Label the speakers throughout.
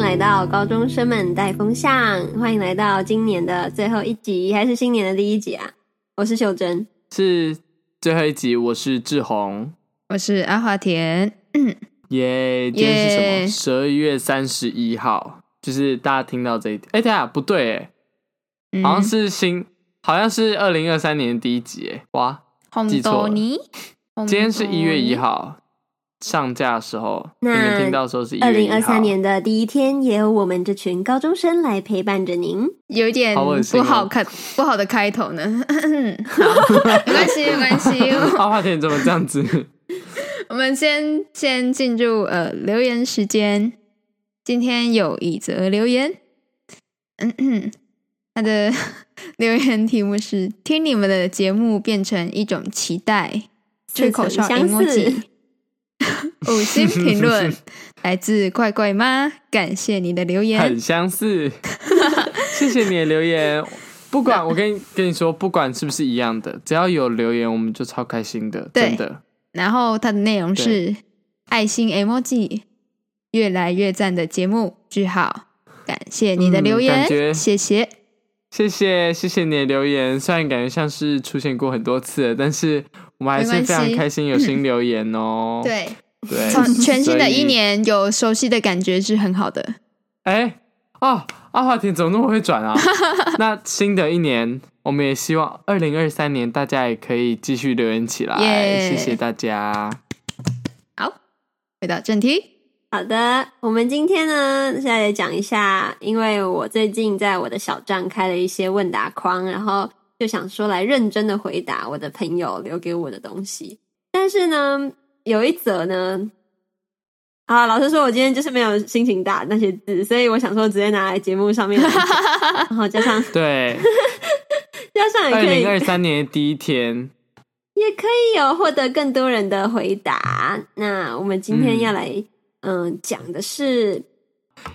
Speaker 1: 来到高中生们带风向，欢迎来到今年的最后一集，还是新年的第一集啊！我是秀珍，
Speaker 2: 是最后一集，我是志宏，
Speaker 3: 我是阿华田。
Speaker 2: 耶、今天是什么？
Speaker 3: 耶
Speaker 2: 十二月三十一号，就是大家听到这一点，哎、对啊，不对，哎、
Speaker 3: 嗯
Speaker 2: 好像是新，好像是二零二三年的第一集，哎，哇，记
Speaker 3: 红
Speaker 2: 错了
Speaker 3: 豆泥。
Speaker 1: 嗯
Speaker 2: 今天是
Speaker 3: 红豆
Speaker 2: 一
Speaker 3: 泥
Speaker 2: 月一，号上架的时候，你
Speaker 1: 那
Speaker 2: 们听到的时候是一
Speaker 1: 二
Speaker 2: 月一
Speaker 1: 零
Speaker 2: 号，
Speaker 1: 二三 年的第一天，也有我们这群高中生来陪伴着您。
Speaker 3: 有一点
Speaker 2: 好恶心
Speaker 3: 不
Speaker 2: 哦
Speaker 3: 好看，不好的开头呢。 好，没关系，没关系。
Speaker 2: 阿华田怎么这 样子？
Speaker 3: 我们先先进入呃留言时间。今天有一则留言， 嗯嗯，他的 留言题目是“听你们的节目变成一种期待”，吹口哨
Speaker 1: 似曾相似
Speaker 3: emoji，五星 评论来自怪怪妈，感谢你的留言
Speaker 2: 很。相 似。谢谢你的留言，不管我跟你跟你说，不管是不是一样的，只要有留言，我们就超开心的，
Speaker 3: 对
Speaker 2: 真的。
Speaker 3: 然后它的内容是爱心 emoji，越来越赞的节目，句号，感谢你的
Speaker 2: 嗯
Speaker 3: 留
Speaker 2: 感
Speaker 3: 言，
Speaker 2: 觉
Speaker 3: 谢谢。
Speaker 2: 谢谢谢谢你的留言，虽然感觉像是出现过很多次了，但是我们还是
Speaker 3: 没
Speaker 2: 非
Speaker 3: 关系嗯
Speaker 2: 常开心有新留言哦。
Speaker 3: 对，
Speaker 2: 对，
Speaker 3: 从全新的
Speaker 2: 所以
Speaker 3: 一，年有熟悉的感觉是很好的。
Speaker 2: 哎哦，阿华田怎么那么会转 啊？那新的一年，我们也希望二零二三年大家也可以继续留言起来
Speaker 3: 耶
Speaker 2: 谢谢大家。
Speaker 3: 好，回到正题，
Speaker 1: 好的，我们今天呢，现在来讲一下，因为我最近在我的小站开了一些问答框，然后就想说来认真的回答我的朋友留给我的东西。但是呢，有一则呢，啊，老实说，我今天就是没有心情打那些字，所以我想说直接拿来节目上面来讲， 然后加上
Speaker 2: 对，
Speaker 1: 加上
Speaker 2: 二
Speaker 1: 也可以
Speaker 2: 零二三年的第一天，
Speaker 1: 也可以有获得更多人的回答。那我们今天要来嗯讲、的是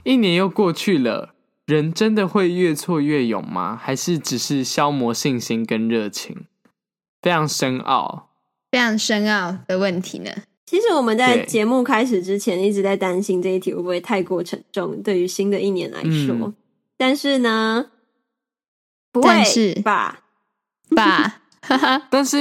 Speaker 2: 一年又过去了，人真的会越挫越勇吗？还是只是消磨信心跟热情？非常深奥。
Speaker 3: 非常深奥的问 题呢。
Speaker 1: 其实我们在
Speaker 2: 对
Speaker 1: 节目开始之前一直在担心这一题会不会太过沉重，对于新的一年来说。
Speaker 2: 嗯
Speaker 1: 但是呢，不
Speaker 3: 但是
Speaker 1: 会吧？
Speaker 3: 爸，哈哈，
Speaker 2: 但是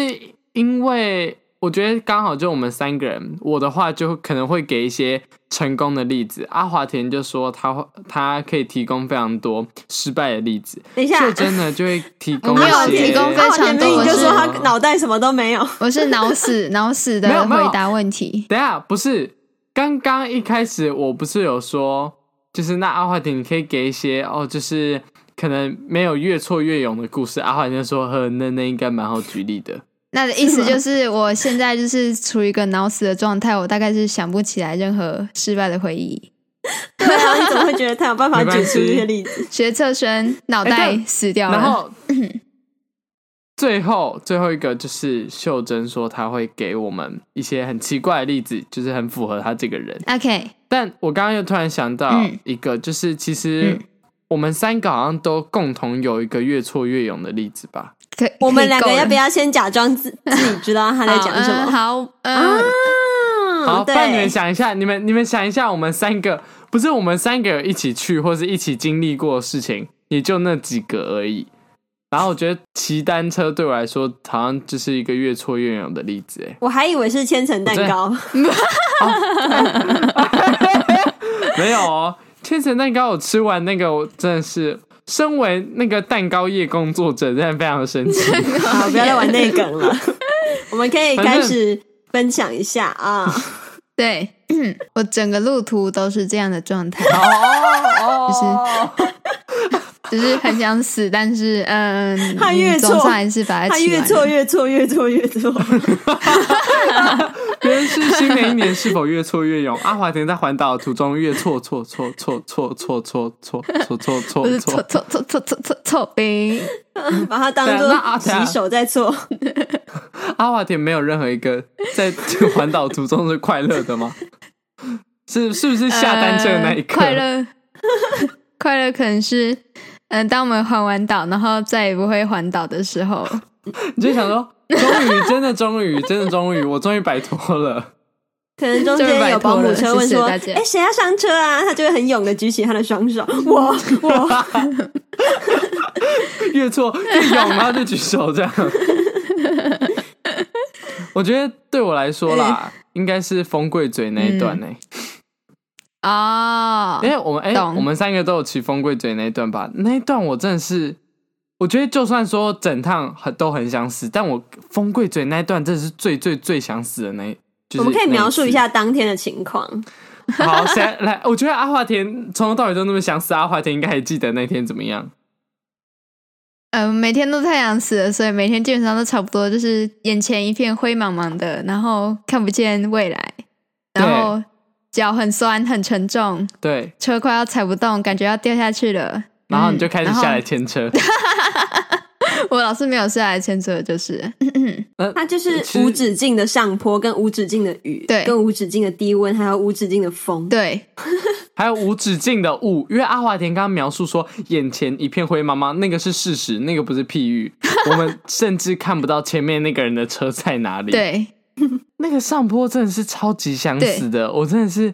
Speaker 2: 因为我觉得刚好就我们三个人，我的话就可能会给一些成功的例子。阿华田就说他会他可以提供非常多失败的例子，
Speaker 1: 等一下，
Speaker 2: 秀珍呢就会提供
Speaker 3: 我没有
Speaker 2: 一些
Speaker 3: 提供非
Speaker 1: 阿
Speaker 3: 常
Speaker 1: 华田明明
Speaker 3: 多
Speaker 1: 就说他
Speaker 2: 是
Speaker 1: 脑袋什么都没有，
Speaker 3: 我是 脑死脑死
Speaker 2: 没有
Speaker 3: 的
Speaker 2: 没有
Speaker 3: 回答问题。
Speaker 2: 等一下，不是刚刚一开始我不是有说，就是那阿华田，你可以给一些哦，就是可能没有越挫越勇的故事。阿华田就说：“呵，那那应该蛮好举例的。
Speaker 3: 那的意思就是，我现在就是处于一个脑死的状态，我大概是想不起来任何失败的回忆。
Speaker 1: 对啊，你怎么会觉得 他有办法
Speaker 2: 没关
Speaker 1: 举出
Speaker 2: 系
Speaker 1: 这些 例子？
Speaker 3: 学测生脑
Speaker 2: 哎
Speaker 3: 袋
Speaker 2: 但
Speaker 3: 死掉了，
Speaker 2: 然后 最后最后一个就是秀珍说她会给我们一些很奇怪的例子，就是很符合她这个人。
Speaker 3: OK，
Speaker 2: 但我刚刚又突然想到
Speaker 3: 嗯
Speaker 2: 一个，就是其实
Speaker 3: 嗯
Speaker 2: 我们三个好像都共同有一个越挫越勇的例子吧。
Speaker 3: 可
Speaker 1: 我们两个要不
Speaker 3: 要
Speaker 1: 要先假装自自己知道他在讲什么？
Speaker 3: 好，嗯，
Speaker 2: 好，
Speaker 3: 哦
Speaker 1: 啊
Speaker 2: 不然你们
Speaker 1: 对，，
Speaker 2: 想一下，你们你们想一下，我们三个不是我们三个有一起去或是一起经历过的事情，也就那几个而已。然后我觉得骑单车对我来说，好像就是一个越挫越勇的例子。哎
Speaker 1: 我还以为是千层蛋糕，
Speaker 2: 没有哦，千层蛋糕我吃完那个，我真的是身为那个蛋糕业工作者，真的非常的生气。
Speaker 1: 好，不要再玩那梗 了。我们可以
Speaker 2: 反正
Speaker 1: 开始分享一下啊。
Speaker 3: 对， 我整个路途都是这样的状态，
Speaker 2: 哦哦，
Speaker 3: 就是很想死，但是嗯，
Speaker 1: 他越
Speaker 3: 总
Speaker 1: 挫
Speaker 3: 算还是把它
Speaker 1: 他
Speaker 3: 骑
Speaker 1: 越
Speaker 3: 完
Speaker 1: 挫
Speaker 3: 了。
Speaker 1: 越挫越挫越挫，
Speaker 2: 别人是新的一年是否越挫越勇？阿华田在环岛的途中越挫挫挫挫挫挫挫挫挫挫
Speaker 3: 不
Speaker 2: 挫
Speaker 3: 是
Speaker 2: 挫。
Speaker 3: 错错错错错错错冰，
Speaker 1: 把它当
Speaker 2: 对啊那阿
Speaker 1: 做
Speaker 2: 达
Speaker 1: 洗手在做。
Speaker 2: 阿华田没有任何一个在这个环岛途中是快乐的吗？是是不是 下单车的那一刻？
Speaker 3: 呃快乐，快乐可能是嗯，当我们环完岛，然后再也不会环岛的时候，
Speaker 2: 你就想说，终于，真的终于，真的终于，我终于摆脱了。
Speaker 1: 可能中
Speaker 3: 终于
Speaker 1: 间
Speaker 3: 摆
Speaker 1: 有
Speaker 3: 脱
Speaker 1: 保姆
Speaker 3: 了
Speaker 1: 车问
Speaker 3: 谢谢
Speaker 1: 说：“
Speaker 3: 大
Speaker 1: 哎
Speaker 3: 家，
Speaker 1: 谁要上车啊？”他就会很勇的举起他的双手，我我
Speaker 2: 越错越勇，然后就举手这样。 我觉得对我来说啦，
Speaker 1: 嗯
Speaker 2: 应该是风柜嘴那一段呢、
Speaker 3: 哦，
Speaker 2: 因为我们哎、
Speaker 3: 懂
Speaker 2: 我们三个都有骑风柜嘴那一段吧？那一段我真的是，我觉得就算说整趟很都很想死，但我风柜嘴那一段真的是最最最想死的那一。 就是、
Speaker 1: 我们可以描述一。下当天的情况。
Speaker 2: 好，谁来来？我觉得阿华田从头到尾都那么想死，阿华田应该还记得那天怎么样。
Speaker 3: 呃，每天都太阳死了，所以每天基本上都差不多，就是眼前一片灰茫茫的，然后看不见未来，然
Speaker 2: 对
Speaker 3: 后脚很酸很沉重，
Speaker 2: 对，
Speaker 3: 车快要踩不动，感觉要掉下去了。
Speaker 2: 然后你
Speaker 3: 嗯
Speaker 2: 就开始
Speaker 3: 然后
Speaker 2: 下来牵车。
Speaker 3: 我老是没有下来牵车，就是
Speaker 1: 它就是
Speaker 2: 其实
Speaker 1: 无止境的上坡，跟无止境的雨，
Speaker 3: 对
Speaker 1: 跟无止境的低温，还有无止境的风。
Speaker 3: 对
Speaker 2: 还有无止境的雾，因为阿华田刚刚描述说眼前一片灰茫茫，那个是事实，那个不是譬喻。我们甚至看不到前面那个人的车在哪里。，
Speaker 3: 对，
Speaker 2: 那个上坡真的是超级想死的，我真的是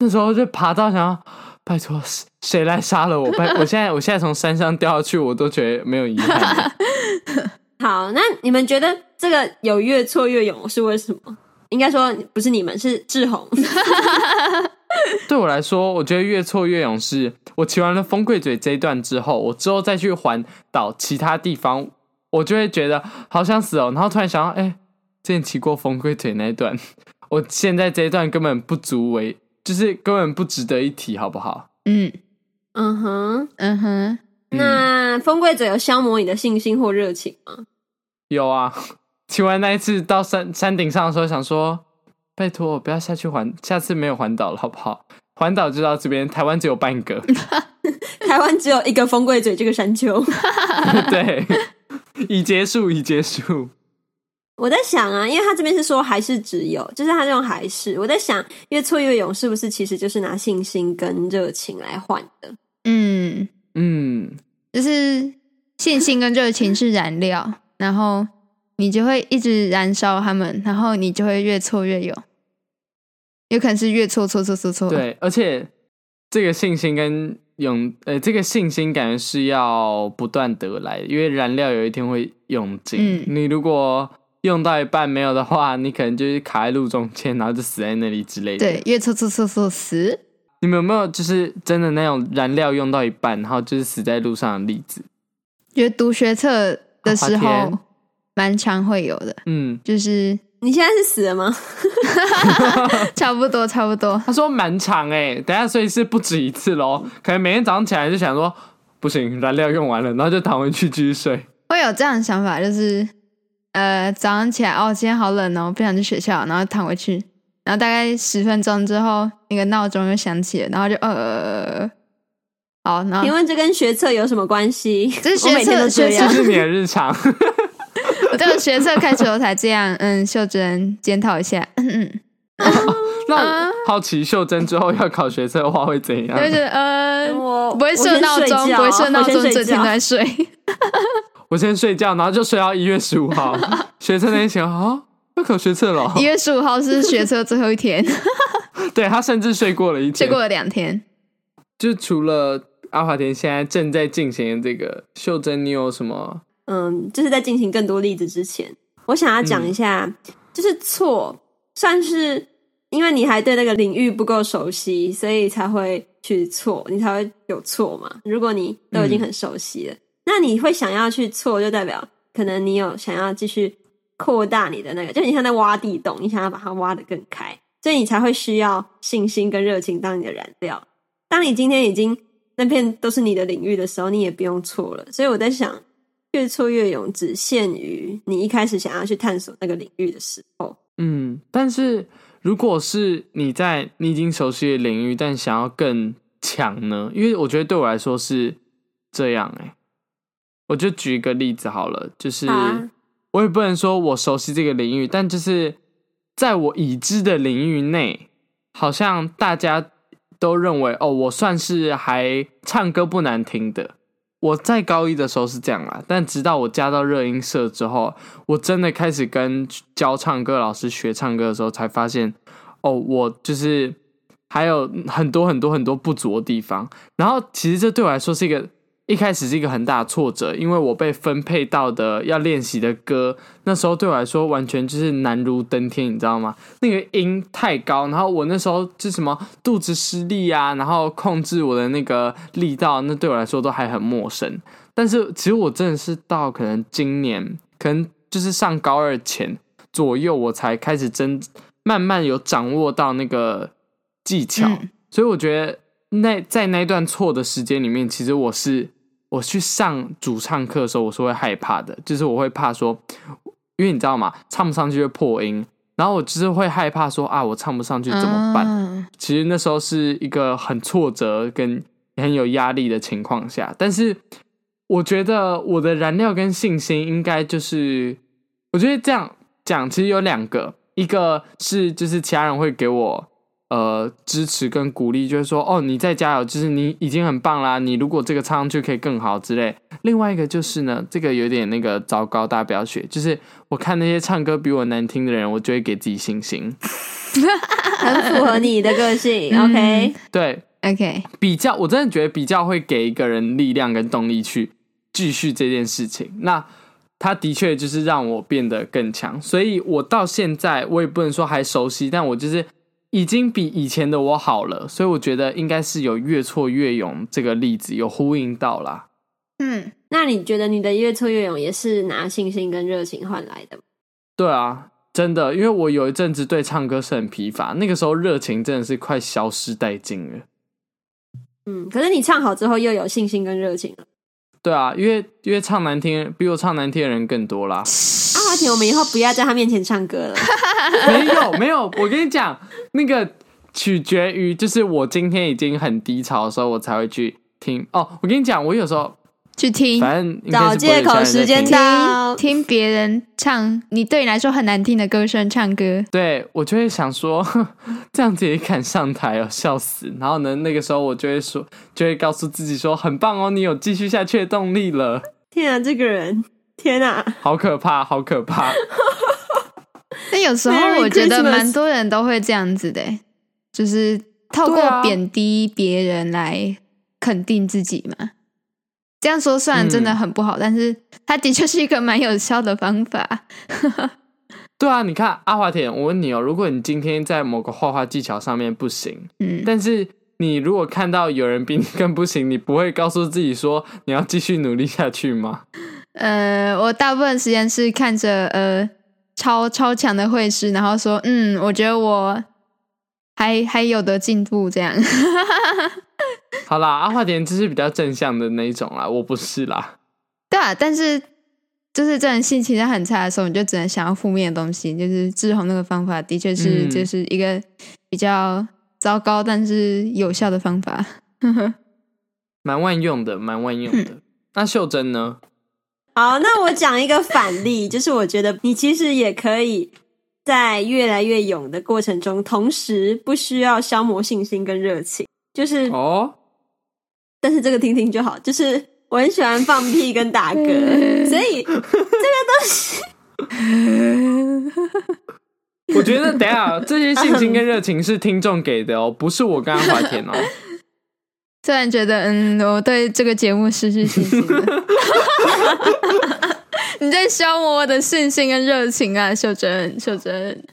Speaker 2: 那时候就爬到想要，拜托谁谁来杀了我？拜， 我现在我现在从山上掉下去，我都觉得没有遗憾了。
Speaker 1: 好，那你们觉得这个有越挫越勇是为什么？应该说不是你们，是志宏。
Speaker 2: 对我来说，我觉得越挫越勇是，我骑完了风柜嘴这一段之后，我之后再去环岛其他地方，我就会觉得好想死哦。然后突然想到，哎、之前骑过风柜嘴那一段，我现在这一段根本不足为，就是根本不值得一提，好不好？
Speaker 3: 嗯
Speaker 1: 嗯哼，
Speaker 3: 嗯哼，
Speaker 2: 嗯、
Speaker 1: 那风柜嘴有消磨你的信心或热情吗？
Speaker 2: 有啊，骑完那一次到山山顶上的时候，想说，拜托我不要下去环，下次没有环岛了，好不好？环岛就到这边，台湾只有半个。
Speaker 1: 台湾只有一个风柜嘴这个山丘。
Speaker 2: 对， 已结束，已结束。
Speaker 1: 我在想啊，因为他这边是说还是只有，就是他这种还是，我在想越挫越勇是不是其实就是拿信心跟热情来换的？
Speaker 3: 嗯，
Speaker 2: 嗯，
Speaker 3: 就是信心跟热情是燃料，然后你就会一直燃烧它们，然后你就会越挫越勇，有可能是越挫挫挫挫挫。，
Speaker 2: 对，而且这个信心跟勇，呃，这个信心感觉是要不断得来的，因为燃料有一天会用尽。
Speaker 3: 嗯
Speaker 2: 你如果用到一半没有的话，你可能就是卡在路中间，然后就死在那里之类的。
Speaker 3: 对，，越挫挫挫挫死。
Speaker 2: 你们有没有就是真的那种燃料用到一半，然后就是死在路上的例子？
Speaker 3: 觉得读学测的时
Speaker 1: 啊
Speaker 2: 好滑
Speaker 3: 候
Speaker 2: 天，
Speaker 3: 蛮常会有的，
Speaker 2: 嗯，
Speaker 3: 就是
Speaker 1: 你现在是死了吗？
Speaker 3: 差不多差不多。
Speaker 2: 他说蛮长哎、欸，等一下所以是不止一次喽，可能每天早上起来就想说不行，燃料用完了，然后就躺回去继续睡。
Speaker 3: 会有这样的想法，就是呃，早上起来哦，今天好冷哦，不想去学校，然后躺回去，然后大概十分钟之后，那个闹钟又响起了，然后就呃，好，然
Speaker 1: 请
Speaker 3: 后
Speaker 1: 问这跟学测有什么关系？
Speaker 3: 啊这是学测
Speaker 1: 我每天都这
Speaker 2: 这
Speaker 1: 样
Speaker 3: 学。
Speaker 2: 是你的日常。
Speaker 3: 我 这个学测开始后才这样，嗯，秀珍检讨一下，嗯，
Speaker 2: 那好奇秀珍之后要考学测的话会怎样
Speaker 3: 啊就？会觉得呃，
Speaker 1: 哦我
Speaker 3: 不会
Speaker 1: 我
Speaker 3: 设
Speaker 1: 先
Speaker 3: 闹
Speaker 1: 睡
Speaker 3: 钟，
Speaker 1: 觉
Speaker 3: 不会设闹钟
Speaker 1: 我，先
Speaker 3: 整
Speaker 1: 睡
Speaker 3: 天
Speaker 1: 觉
Speaker 3: 都 在睡。
Speaker 2: 我先睡觉，然后就睡到一月十五 号。学测那天想啊，要考学测了。
Speaker 3: 一月十五号是学测最后一天，
Speaker 2: 对他甚至睡过了一
Speaker 3: 睡
Speaker 2: 天。
Speaker 3: 过了两天。
Speaker 2: 就除了阿华田现在正在进行的这个秀珍，你有什么？
Speaker 1: 嗯，就是在进行更多例子之前，我想要讲一下，
Speaker 3: 嗯
Speaker 1: 就是错算是因为你还对那个领域不够熟悉，所以才会去错，你才会有错嘛。如果你都已经很熟悉了，那你会想要去错，就代表可能你有想要继续扩大你的那个，就你像在挖地洞，你想要把它挖得更开，所以你才会需要信心跟热情当你的燃料。当你今天已经那片都是你的领域的时候，你也不用错了。所以我在想，越挫越勇只限于你一开始想要去探索那个领域的时候。
Speaker 2: 嗯，但是如果是你在你已经熟悉的领域，但想要更强呢？因为我觉得对我来说是这样哎、我就举一个例子好了，就是、
Speaker 1: 好啊
Speaker 2: 我也不能说我熟悉这个领域，但就是在我已知的领域内，好像大家都认为哦，我算是还唱歌不难听的。我在高一的时候是这样啦，但直到我加到热音社之后，我真的开始跟教唱歌老师学唱歌的时候，才发现，哦，我就是还有很多很多很多不足的地方。然后其实这对我来说是一个一开始是一个很大的挫折，因为我被分配到的要练习的歌，那时候对我来说完全就是难如登天，你知道吗？那个音太高，然后我那时候是什么肚子失力啊，然后控制我的那个力道，那对我来说都还很陌生。但是其实我真的是到可能今年，可能就是上高二前左右，我才开始真慢慢有掌握到那个技巧。
Speaker 3: 嗯
Speaker 2: 所以我觉得那在那段错的时间里面，其实我是我去上主唱课的时候，我是会害怕的，就是我会怕说，因为你知道吗，唱不上去会破音，然后我就是会害怕说啊，我唱不上去怎么办？
Speaker 3: 啊
Speaker 2: 其实那时候是一个很挫折跟很有压力的情况下，但是我觉得我的燃料跟信心应该就是，我觉得这样讲其实有两个，一个是就是其他人会给我呃支持跟鼓励，就是说哦你再加油，就是你已经很棒啦，你如果这个唱上去可以更好之类。另外一个就是呢，这个有点那个糟糕，大家不要学。就是我看那些唱歌比我难听的人，我就会给自己信心。
Speaker 1: 很符合你的个性。
Speaker 3: 嗯
Speaker 1: OK，
Speaker 2: 对，
Speaker 3: OK，
Speaker 2: 比较，我真的觉得比较会给一个人力量跟动力去继续这件事情。那他的确就是让我变得更强，所以我到现在我也不能说还熟悉，但我就是已经比以前的我好了。所以我觉得应该是有越挫越勇这个例子有呼应到啦。
Speaker 3: 嗯，
Speaker 1: 那你觉得你的越挫越勇也是拿信心跟热情换来的吗？
Speaker 2: 对啊，真的，因为我有一阵子对唱歌是很疲乏，那个时候热情真的是快消失殆尽了。
Speaker 1: 嗯，可是你唱好之后又有信心跟热情了。
Speaker 2: 对啊，因为因为唱难听，比我唱难听的人更多啦。
Speaker 1: 阿华啊田，我们以后不要在他面前唱歌了。
Speaker 2: 没有没有，我跟你讲，那个取决于就是我今天已经很低潮的时候，我才会去听。哦，我跟你讲，我有时候
Speaker 3: 去听
Speaker 2: 反正应该
Speaker 1: 找
Speaker 2: 是不会有
Speaker 1: 借口
Speaker 2: 家人在
Speaker 1: 时间
Speaker 2: 听
Speaker 1: 到
Speaker 3: 听听别人唱你对你来说很难听的歌声唱歌，
Speaker 2: 对我就会想说， 哼这样子也敢上台哦，笑死！然后呢，那个时候我就会说，就会告诉自己说，很棒哦，你有继续下去的动力了，
Speaker 1: 天啊，这个人，天啊！
Speaker 2: 好可怕，好可怕。
Speaker 3: 但有时候
Speaker 1: Merry
Speaker 3: 我觉得
Speaker 1: Christmas
Speaker 3: 蛮多人都会这样子的欸，就是透
Speaker 2: 对
Speaker 3: 过
Speaker 2: 啊
Speaker 3: 贬低别人来肯定自己嘛。这样说虽然真的
Speaker 2: 嗯
Speaker 3: 很不好，但是它的确是一个蛮有效的方法。
Speaker 2: 对啊，你看阿华田，我问你哦，如果你今天在某个画画技巧上面不行，
Speaker 3: 嗯，
Speaker 2: 但是你如果看到有人比你更不行，你不会告诉自己说你要继续努力下去吗？
Speaker 3: 呃，我大部分时间是看着呃超超强的会师，然后说，嗯，我觉得我还还有的进步这样。
Speaker 2: 好啦，阿华田就是比较正向的那一种啦，我不是啦。
Speaker 3: 对啊，但是就是这种心情很差的时候，你就只能想要负面的东西。就是志宏那个方法，的确是、
Speaker 2: 嗯
Speaker 3: 就是一个比较糟糕但是有效的方法。
Speaker 2: 蛮万用的，蛮万用
Speaker 1: 嗯
Speaker 2: 的。那秀珍呢？
Speaker 1: 好，那我讲一个反例，就是我觉得你其实也可以在越来越勇的过程中，同时不需要消磨信心跟热情，就是
Speaker 2: 哦，
Speaker 1: 但是这个听听就好。就是我很喜欢放屁跟打嗝，所以
Speaker 2: 我觉得等一下这些信心跟热情是听众给的哦，不是我跟阿华 田哦。
Speaker 3: 突然觉得，嗯，我对这个节目失去信心了。 你在消磨我的信心跟热情啊，秀珍，秀珍，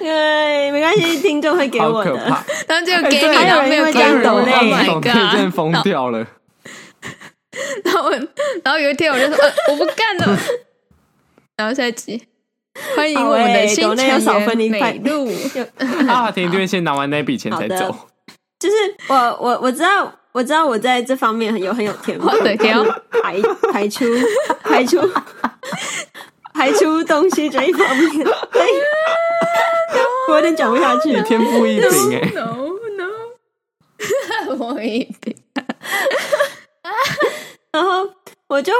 Speaker 1: 因为没关系，听众会给
Speaker 2: 好
Speaker 1: 我
Speaker 2: 可
Speaker 1: 的。哎
Speaker 2: 怕！
Speaker 3: 然后就给
Speaker 2: 对
Speaker 3: 你，然后没有给
Speaker 1: 还有人因为这样抖
Speaker 3: 我
Speaker 1: 内
Speaker 2: 内抖
Speaker 3: Oh my
Speaker 2: 内真的
Speaker 3: god！
Speaker 2: 疯掉了。
Speaker 3: 然后我，然后有一天我就说，呃、我不干了。然后下一集，欢迎我们的新
Speaker 1: 好欸抖
Speaker 3: 成
Speaker 1: 内有少分一
Speaker 3: 员
Speaker 1: 块
Speaker 3: 美 露。
Speaker 2: 阿华田就会先拿完那笔钱才
Speaker 1: 好
Speaker 2: 走
Speaker 1: 的。就是我我我知道我知道我在这方面很有很有天
Speaker 3: 我
Speaker 1: 分，
Speaker 3: 的天啊
Speaker 1: 排排出排出排出东西这一方 面，所以 我有点讲不下去
Speaker 2: 一。天赋 异禀哎，
Speaker 3: No no，我一定
Speaker 1: 然后我就会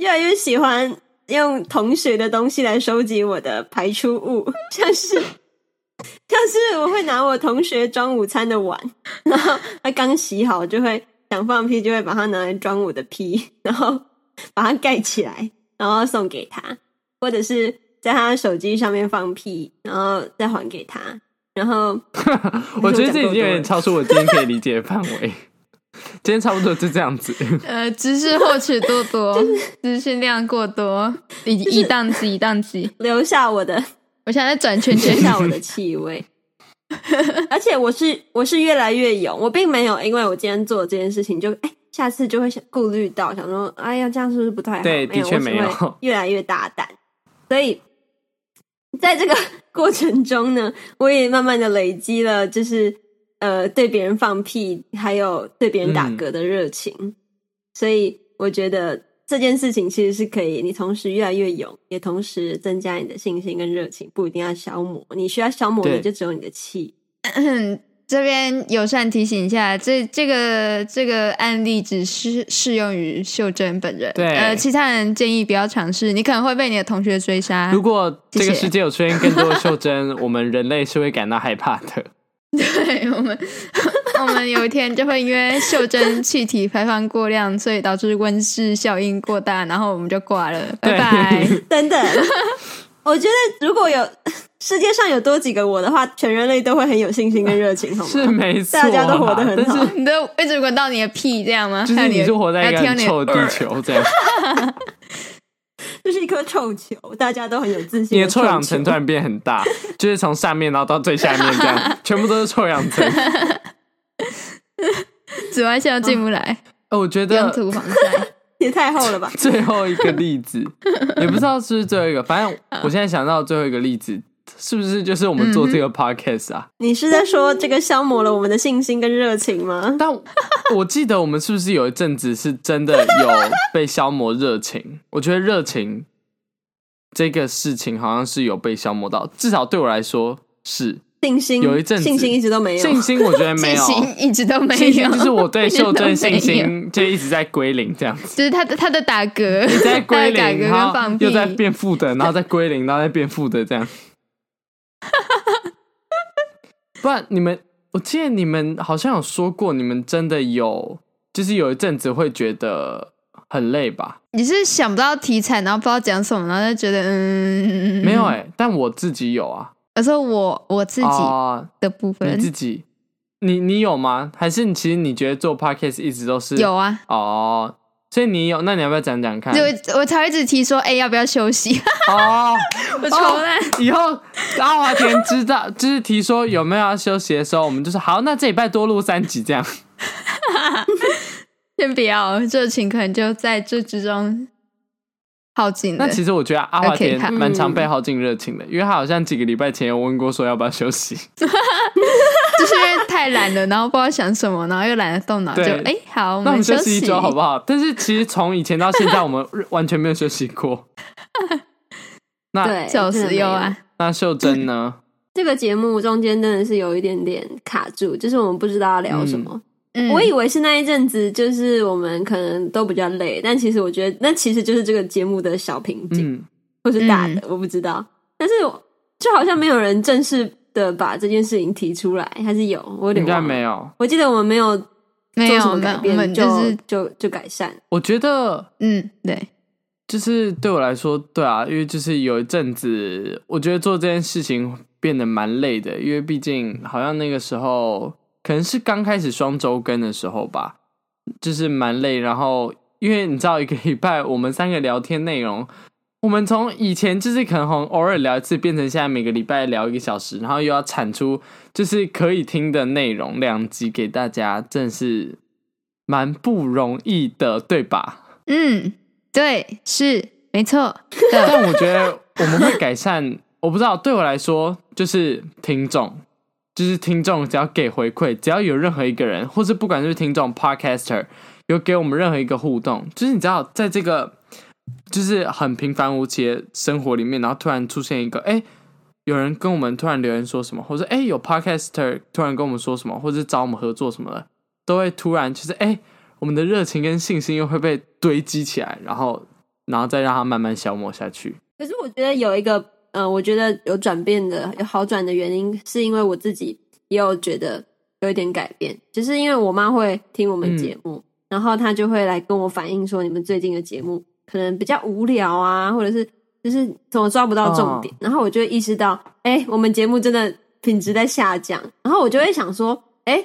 Speaker 1: 越来越喜欢用同学的东西来收集我的排出物，像是像是我会拿我同学装午餐的碗，然后他刚洗好，我就会想放屁，就会把它拿来装我的屁，然后把它盖起来，然后送给他，或者是在他手机上面放屁，然后再还给他。然后
Speaker 2: 我觉得这已经有点超出我今天可以理解的范围。今天差不多就这样子。
Speaker 3: 呃，知识获取多多， 资讯量过多，一一档子一档子。
Speaker 1: 留下我的
Speaker 3: 我现在在转圈
Speaker 1: 留
Speaker 3: 圈，
Speaker 1: 下我的 气味。而且我是我是越来越勇，我并没有因为我今天做这件事情就哎、下次就会想顾虑到想说哎呀这样是不是不太好？
Speaker 2: 对的确
Speaker 1: 没
Speaker 2: 没有
Speaker 1: 我只会越来越大胆。所以在这个 过程中呢，我也慢慢的累积了就是呃对别人放屁还有对别人打
Speaker 2: 嗯
Speaker 1: 嗝的热情，所以我觉得。这件事情其实是可以，你同时越来越勇，也同时增加你的信心跟热情，不一定要消磨。你需要消磨，
Speaker 2: 对
Speaker 1: 你就只有你的气。
Speaker 3: 嗯 这边友善提醒一下，这这个这个案例只适适用于秀珍本人，
Speaker 2: 对
Speaker 3: 呃，其他人建议不要尝试，你可能会被你的同学追杀
Speaker 2: 如。果这个
Speaker 3: 啊谢谢
Speaker 2: 世界有出现更多的袖珍，我们人类是会感到害怕的。
Speaker 3: 对我们， 我们有一天就会因为袖珍气体排放过量，所以导致温室效应过大，然后我们就挂了，拜
Speaker 2: 对
Speaker 3: 拜。
Speaker 1: 等等， 我觉得如果有世界上有多几个我的话，全人类都会很有信心跟热情，好
Speaker 2: 是
Speaker 1: 吗？
Speaker 2: 没错啊，
Speaker 1: 大家都活得很
Speaker 2: 但
Speaker 1: 好
Speaker 2: 是
Speaker 3: 你都一直闻到你的屁这样吗？
Speaker 2: 就
Speaker 3: 还
Speaker 2: 是
Speaker 3: 有你
Speaker 2: 你
Speaker 3: 的
Speaker 2: 是活在一个
Speaker 3: 还有
Speaker 2: 很
Speaker 3: 听
Speaker 2: 臭
Speaker 3: 到
Speaker 2: 的
Speaker 3: 你的
Speaker 2: 地球，这样
Speaker 1: 就是一颗臭球，大家都很有自信。
Speaker 2: 你的臭氧层突然变很大，就是从上面然后到最下面这样，全部都是臭氧层。
Speaker 3: 紫外线都进不来，
Speaker 2: 哦，我觉
Speaker 3: 用
Speaker 2: 得
Speaker 3: 涂防晒。
Speaker 1: 也太厚了吧？
Speaker 2: 最后一个例子，也不知道是不是最后一个，反正我现在想到最后一个例子，是不是就是我们做这个 podcast 啊？
Speaker 1: 你是在说这个消磨了我们的信心跟热情吗？
Speaker 2: 但我记得我们是不是有一阵子是真的有被消磨热情？我觉得热情这个事情好像是有被消磨到，至少对我来说是
Speaker 1: 信心
Speaker 2: 有一阵子
Speaker 1: 信心一直都没有。
Speaker 2: 信心，我觉得没
Speaker 3: 信
Speaker 2: 有。
Speaker 3: 心一直都没
Speaker 2: 信心
Speaker 3: 有，
Speaker 2: 就是我对秀珍信
Speaker 3: 一直都没有，
Speaker 2: 心就一直在归零，这样子
Speaker 3: 就是他的他的打 嗝，
Speaker 2: 一 直在归
Speaker 3: 他的
Speaker 2: 零，
Speaker 3: 打嗝
Speaker 2: 然
Speaker 3: 跟放
Speaker 2: 后
Speaker 3: 屁，
Speaker 2: 又在变负的，然后再归零，然后再变负的这 样。不然你们，我记得你们好像有说过，你们真的有，就是有一阵子会觉得很累吧？
Speaker 3: 你是想不到题材，然后不知道讲什么，然后就觉得嗯，
Speaker 2: 没有哎、但我自己有啊，
Speaker 3: 我说我我自己
Speaker 2: 啊
Speaker 3: 的部
Speaker 2: 你
Speaker 3: 分、
Speaker 2: 自己，你你有吗？还是你其实你觉得做 podcast 一直都是
Speaker 3: 有啊，
Speaker 2: 哦？所以你有，那你要不要讲讲看？
Speaker 3: 就我我才会一直提说，哎、要不要 休息？
Speaker 2: 哦，
Speaker 3: 我超烂，
Speaker 2: 以后阿华田知道，就是提说有没有要休息的时候，我们就说好，那这礼拜多录三集这样。
Speaker 3: 先不要，热情可能就在这之中耗尽了
Speaker 2: 那。其实我觉得阿华
Speaker 3: OK，
Speaker 2: 田
Speaker 3: 好
Speaker 2: 蛮常被耗尽热情的，因为他好像几个礼拜前有问过说要不要休息。
Speaker 3: 就是因为太懒了，然后不知道想什么，然后又懒得动脑，就
Speaker 2: 对
Speaker 3: 哎、好，我
Speaker 2: 那我们
Speaker 3: 休
Speaker 2: 休息一
Speaker 3: 息
Speaker 2: 周好不好？但是其实从以前到现在，我们完全没有休息过。那
Speaker 1: 对，
Speaker 3: 就
Speaker 1: 真的
Speaker 3: 是
Speaker 1: 没
Speaker 3: 有啊，
Speaker 2: 那秀珍呢？
Speaker 1: 这个节目中间真的是有一点点卡住，就是我们不知道要聊什么。
Speaker 3: 嗯，
Speaker 1: 我以为是那一阵子，就是我们可能都比较累，但其实我觉得那其实就是这个节目的小瓶颈，
Speaker 2: 嗯，
Speaker 1: 或是大
Speaker 3: 嗯
Speaker 1: 的，我不知道。但是就好像没有人正式的把这件事情提出来，还是有，我有
Speaker 2: 应
Speaker 1: 点
Speaker 2: 该
Speaker 1: 忘了。
Speaker 2: 没有。
Speaker 1: 我记得我们没有做
Speaker 3: 没
Speaker 1: 什
Speaker 3: 有
Speaker 1: 么
Speaker 3: 没
Speaker 1: 改
Speaker 3: 有，我们
Speaker 1: 变，
Speaker 3: 就是
Speaker 1: 就就就改善。
Speaker 2: 我觉得
Speaker 3: 嗯，对，
Speaker 2: 就是对我来说，对啊，因为就是有一阵子，我觉得做这件事情变得蛮累的，因为毕竟好像那个时候可能是刚开始双周更的时候吧，就是蛮累。然后因为你知道，一个礼拜我们三个聊天内容，我们从以前就是可能偶尔聊一次，变成现在每个礼拜聊一个小时，然后又要产出就是可以听的内容两集给大家，真的是蛮不容易的，对吧？
Speaker 3: 嗯，对，是没错的，
Speaker 2: 但我觉得我们会改善，我不知道对我来说就是听众，就是听众只要给回馈，只要有任何一个人，或是不管是不是听众 podcaster 有给我们任何一个互动，就是你知道在这个就是很平凡无奇的生活里面，然后突然出现一个哎。诶有人跟我们突然留言说什么，或者哎、诶有 podcaster 突然跟我们说什么，或者找我们合作什么的，都会突然就是哎、诶我们的热情跟信心又会被堆积起来，然后然后再让它慢慢消磨下去。
Speaker 1: 可是我觉得有一个，呃，我觉得有转变的、有好转的原因，是因为我自己也有觉得有一点改变，就是因为我妈会听我们节目，然后她就会来跟我反映说，你们最近的节目可能比较无聊啊，或者是就是怎么抓不到重点。然后我就意识到，哎、我们节目真的品质在下降。然后我就会想说，哎、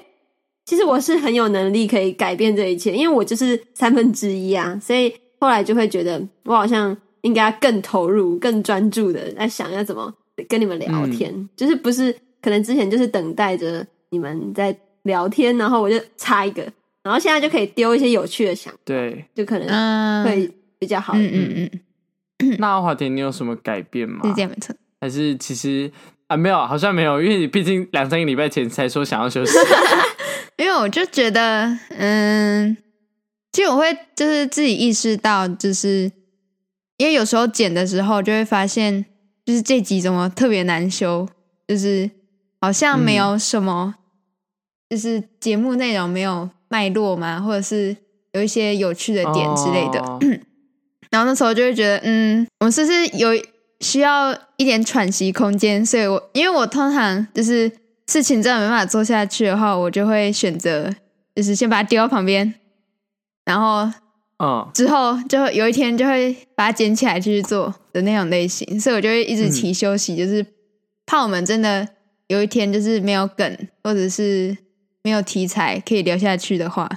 Speaker 1: 其实我是很有能力可以改变这一切，因为我就是三分之一啊。所以后来就会觉得，我好像应该更投入、更专注的在想要怎么跟你们
Speaker 2: 嗯
Speaker 1: 聊天，就是不是可能之前就是等待着你们在聊天，然后我就插一个。然后现在就可以丢一些有趣的想，
Speaker 2: 对，
Speaker 1: 就可能
Speaker 3: 嗯，
Speaker 1: 会比较好。
Speaker 3: 嗯嗯嗯，
Speaker 2: 那华田，你有什么改变吗？
Speaker 3: 是这样没错。
Speaker 2: 还是其实啊，没有，好像没有，因为你毕竟两三个礼拜前才说想要休息。
Speaker 3: 因为我就觉得，嗯，其实我会就是自己意识到，就是因为有时候剪的时候就会发现，就是这集怎么特别难修，就是好像没有什么，就是节目内容没有脉络嘛，或者是有一些有趣的点之类的。
Speaker 2: 哦
Speaker 3: 然后那时候就会觉得，嗯，我们是不是有需要一点喘息空间？所以我因为我通常就是事情真的没办法做下去的话，我就会选择就是先把它丢到旁边，然后
Speaker 2: 嗯，
Speaker 3: 之后就会有一天就会把它捡起来继续做的那种类型。所以我就会一直提休息，就是怕我们真的有一天就是没有梗或者是没有题材可以聊下去的话，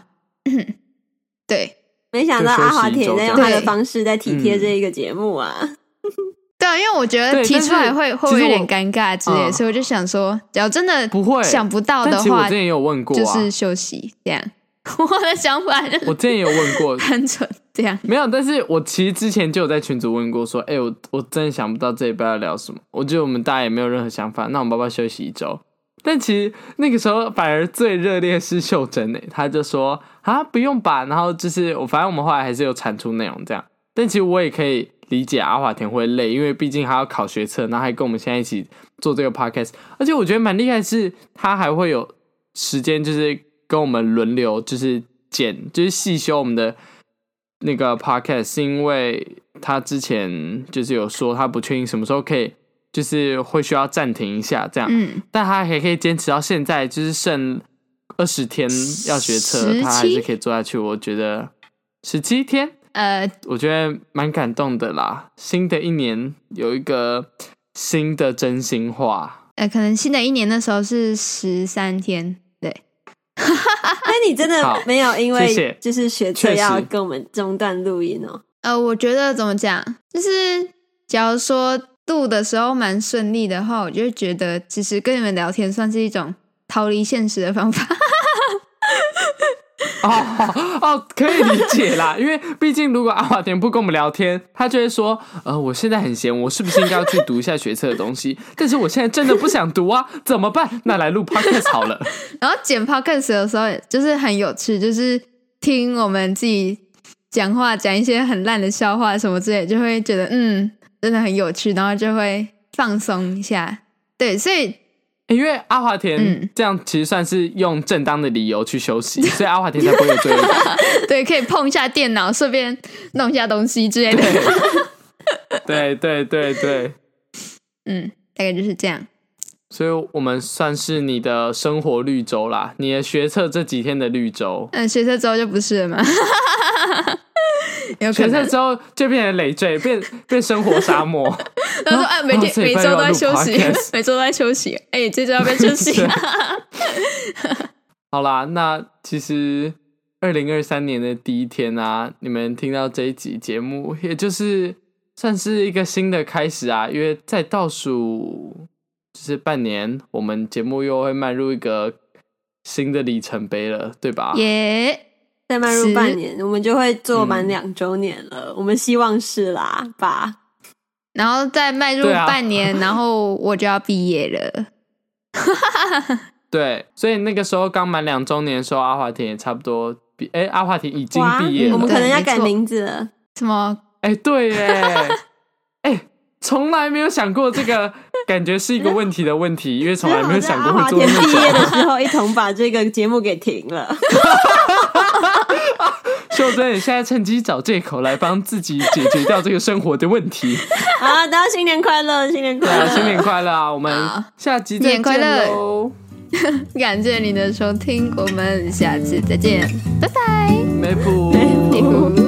Speaker 3: 对。
Speaker 1: 没想到阿华田在用他的方式在体贴这一个节目啊，
Speaker 3: 对啊，因为我觉得
Speaker 2: 对
Speaker 3: 提
Speaker 2: 但是
Speaker 3: 出来会会
Speaker 2: 其
Speaker 3: 不会
Speaker 2: 实
Speaker 3: 有
Speaker 2: 我
Speaker 3: 点尴尬之类的，
Speaker 2: 嗯
Speaker 3: 所以我就想说，只要真的
Speaker 2: 不会
Speaker 3: 想不到
Speaker 2: 但
Speaker 3: 的
Speaker 2: 其实我
Speaker 3: 话
Speaker 2: 之，前也有问过啊，
Speaker 3: 就是休息这样。 我的想法就
Speaker 2: 我
Speaker 3: 是
Speaker 2: 之前也有问过，
Speaker 3: 单纯这样，
Speaker 2: 没有，但是我其实之前就有在群组问过，说，哎、我我真的想不到这一拜要聊什么，我觉得我们大家也没有任何想法，那我们要不要休息一周？但其实那个时候反而最热烈是秀珍诶、她就说啊不用吧，然后就是我反正我们后来还是有产出内容这样，但其实我也可以理解阿华田会累，因为毕竟他要考学测，然后还跟我们现在一起做这个 podcast，而且我觉得蛮厉害的是，他还会有时间就是跟我们轮流就是剪，就是细修我们的那个 podcast，是因为他之前就是有说他不确定什么时候可以，就是会需要暂停一下这样，
Speaker 3: 嗯，
Speaker 2: 但他还可以坚持到现在，就是剩二十天要学车，
Speaker 3: 17
Speaker 2: 他还是可以做下去。我觉得十七天，
Speaker 3: 呃，
Speaker 2: 我觉得蛮感动的啦。新的一年有一个新的真心话，
Speaker 3: 呃，可能新的一年的时候是十三天，对，
Speaker 1: 那、你真的
Speaker 2: 好
Speaker 1: 没有因
Speaker 2: 谢
Speaker 1: 为
Speaker 2: 谢
Speaker 1: 就是学车
Speaker 2: 确实
Speaker 1: 要跟我们中断录音哦、
Speaker 3: 呃，我觉得怎么讲，就是假如说录的时候蛮顺利的话，我就会觉得其实跟你们聊天算是一种逃离现实的方法，
Speaker 2: 哦哦，可以理解啦， 因为毕竟如果阿华田不跟我们聊天，他就会说，呃，我现在很闲，我是不是应该要去读一下学测的东西？但是我现在真的不想读啊，怎么办？那来录 podcast 好了。
Speaker 3: 然后剪 podcast 的时候，就是很有趣，就是听我们自己讲话，讲一些很烂的笑话什么之类，就会觉得嗯，真的很有趣，然后就会放松一下。对，所以
Speaker 2: 因为阿华
Speaker 3: 嗯
Speaker 2: 田这样其实算是用正当的理由去休息，所以阿华田才不会有罪恶感。
Speaker 3: 对，可以碰一下电脑，顺便弄一下东西之类 的。
Speaker 2: 对对对对，
Speaker 3: 嗯，大概就是这样。
Speaker 2: 所以我们算是你的生活绿洲啦，你的学测这几天的绿洲。
Speaker 3: 嗯，学车之后就不是了嘛， 有可
Speaker 2: 学测
Speaker 3: 能。
Speaker 2: 之后就变成累赘，变变生活沙漠。
Speaker 3: 他说：“哎，每
Speaker 2: 然后
Speaker 3: 天
Speaker 2: 这
Speaker 3: 每
Speaker 2: 礼拜
Speaker 3: 周都
Speaker 2: 要
Speaker 3: 在
Speaker 2: 录
Speaker 3: 休息
Speaker 2: podcast，？
Speaker 3: 每周都在休息。哎，这周要不要休 息
Speaker 2: 啊好啦，那其实二零二三年的第一天啊，你们听到这一集节目，也就是算是一个新的开始啊，因为在倒数就是半年，我们节目又会迈入一个新的里程碑了，对吧？
Speaker 3: 耶！
Speaker 1: 再迈入
Speaker 3: 是
Speaker 1: 半年，我们就会做满
Speaker 2: 嗯
Speaker 1: 两周年了。我们希望是啦，吧？
Speaker 3: 然后再迈入
Speaker 2: 对啊
Speaker 3: 半年，然后我就要毕业了。
Speaker 2: 对，所以那个时候刚满两周年的时候，阿华田也差不多毕，哎、阿华田已经
Speaker 1: 哇
Speaker 2: 毕业
Speaker 1: 我
Speaker 2: 了
Speaker 1: 们，可能要
Speaker 3: 对没
Speaker 1: 改
Speaker 3: 错
Speaker 1: 名字了。
Speaker 3: 什么？
Speaker 2: 哎、对耶，哎、从来没有想过这个，感觉是一个问题的问题，因为从来没有想过
Speaker 1: 只
Speaker 2: 会
Speaker 1: 啊好在
Speaker 2: 做
Speaker 1: 阿华田
Speaker 2: 那么
Speaker 1: 毕业
Speaker 2: 久。
Speaker 1: 的时候，一同把这个节目给停了。
Speaker 2: 秀珍，你现在趁机找借口来帮自己解决掉这个生活的问 题。
Speaker 1: 好啊，大家新年快乐，新年
Speaker 2: 对
Speaker 1: 快
Speaker 2: 啊，
Speaker 1: 乐，
Speaker 2: 新年快乐啊！我们
Speaker 3: 好
Speaker 2: 下集
Speaker 3: 新
Speaker 2: 再
Speaker 3: 年快
Speaker 2: 见
Speaker 3: 乐
Speaker 2: 喽，
Speaker 3: 感谢你的收听，我们下次再见，拜拜。
Speaker 2: 梅普，
Speaker 1: 梅普
Speaker 3: 你。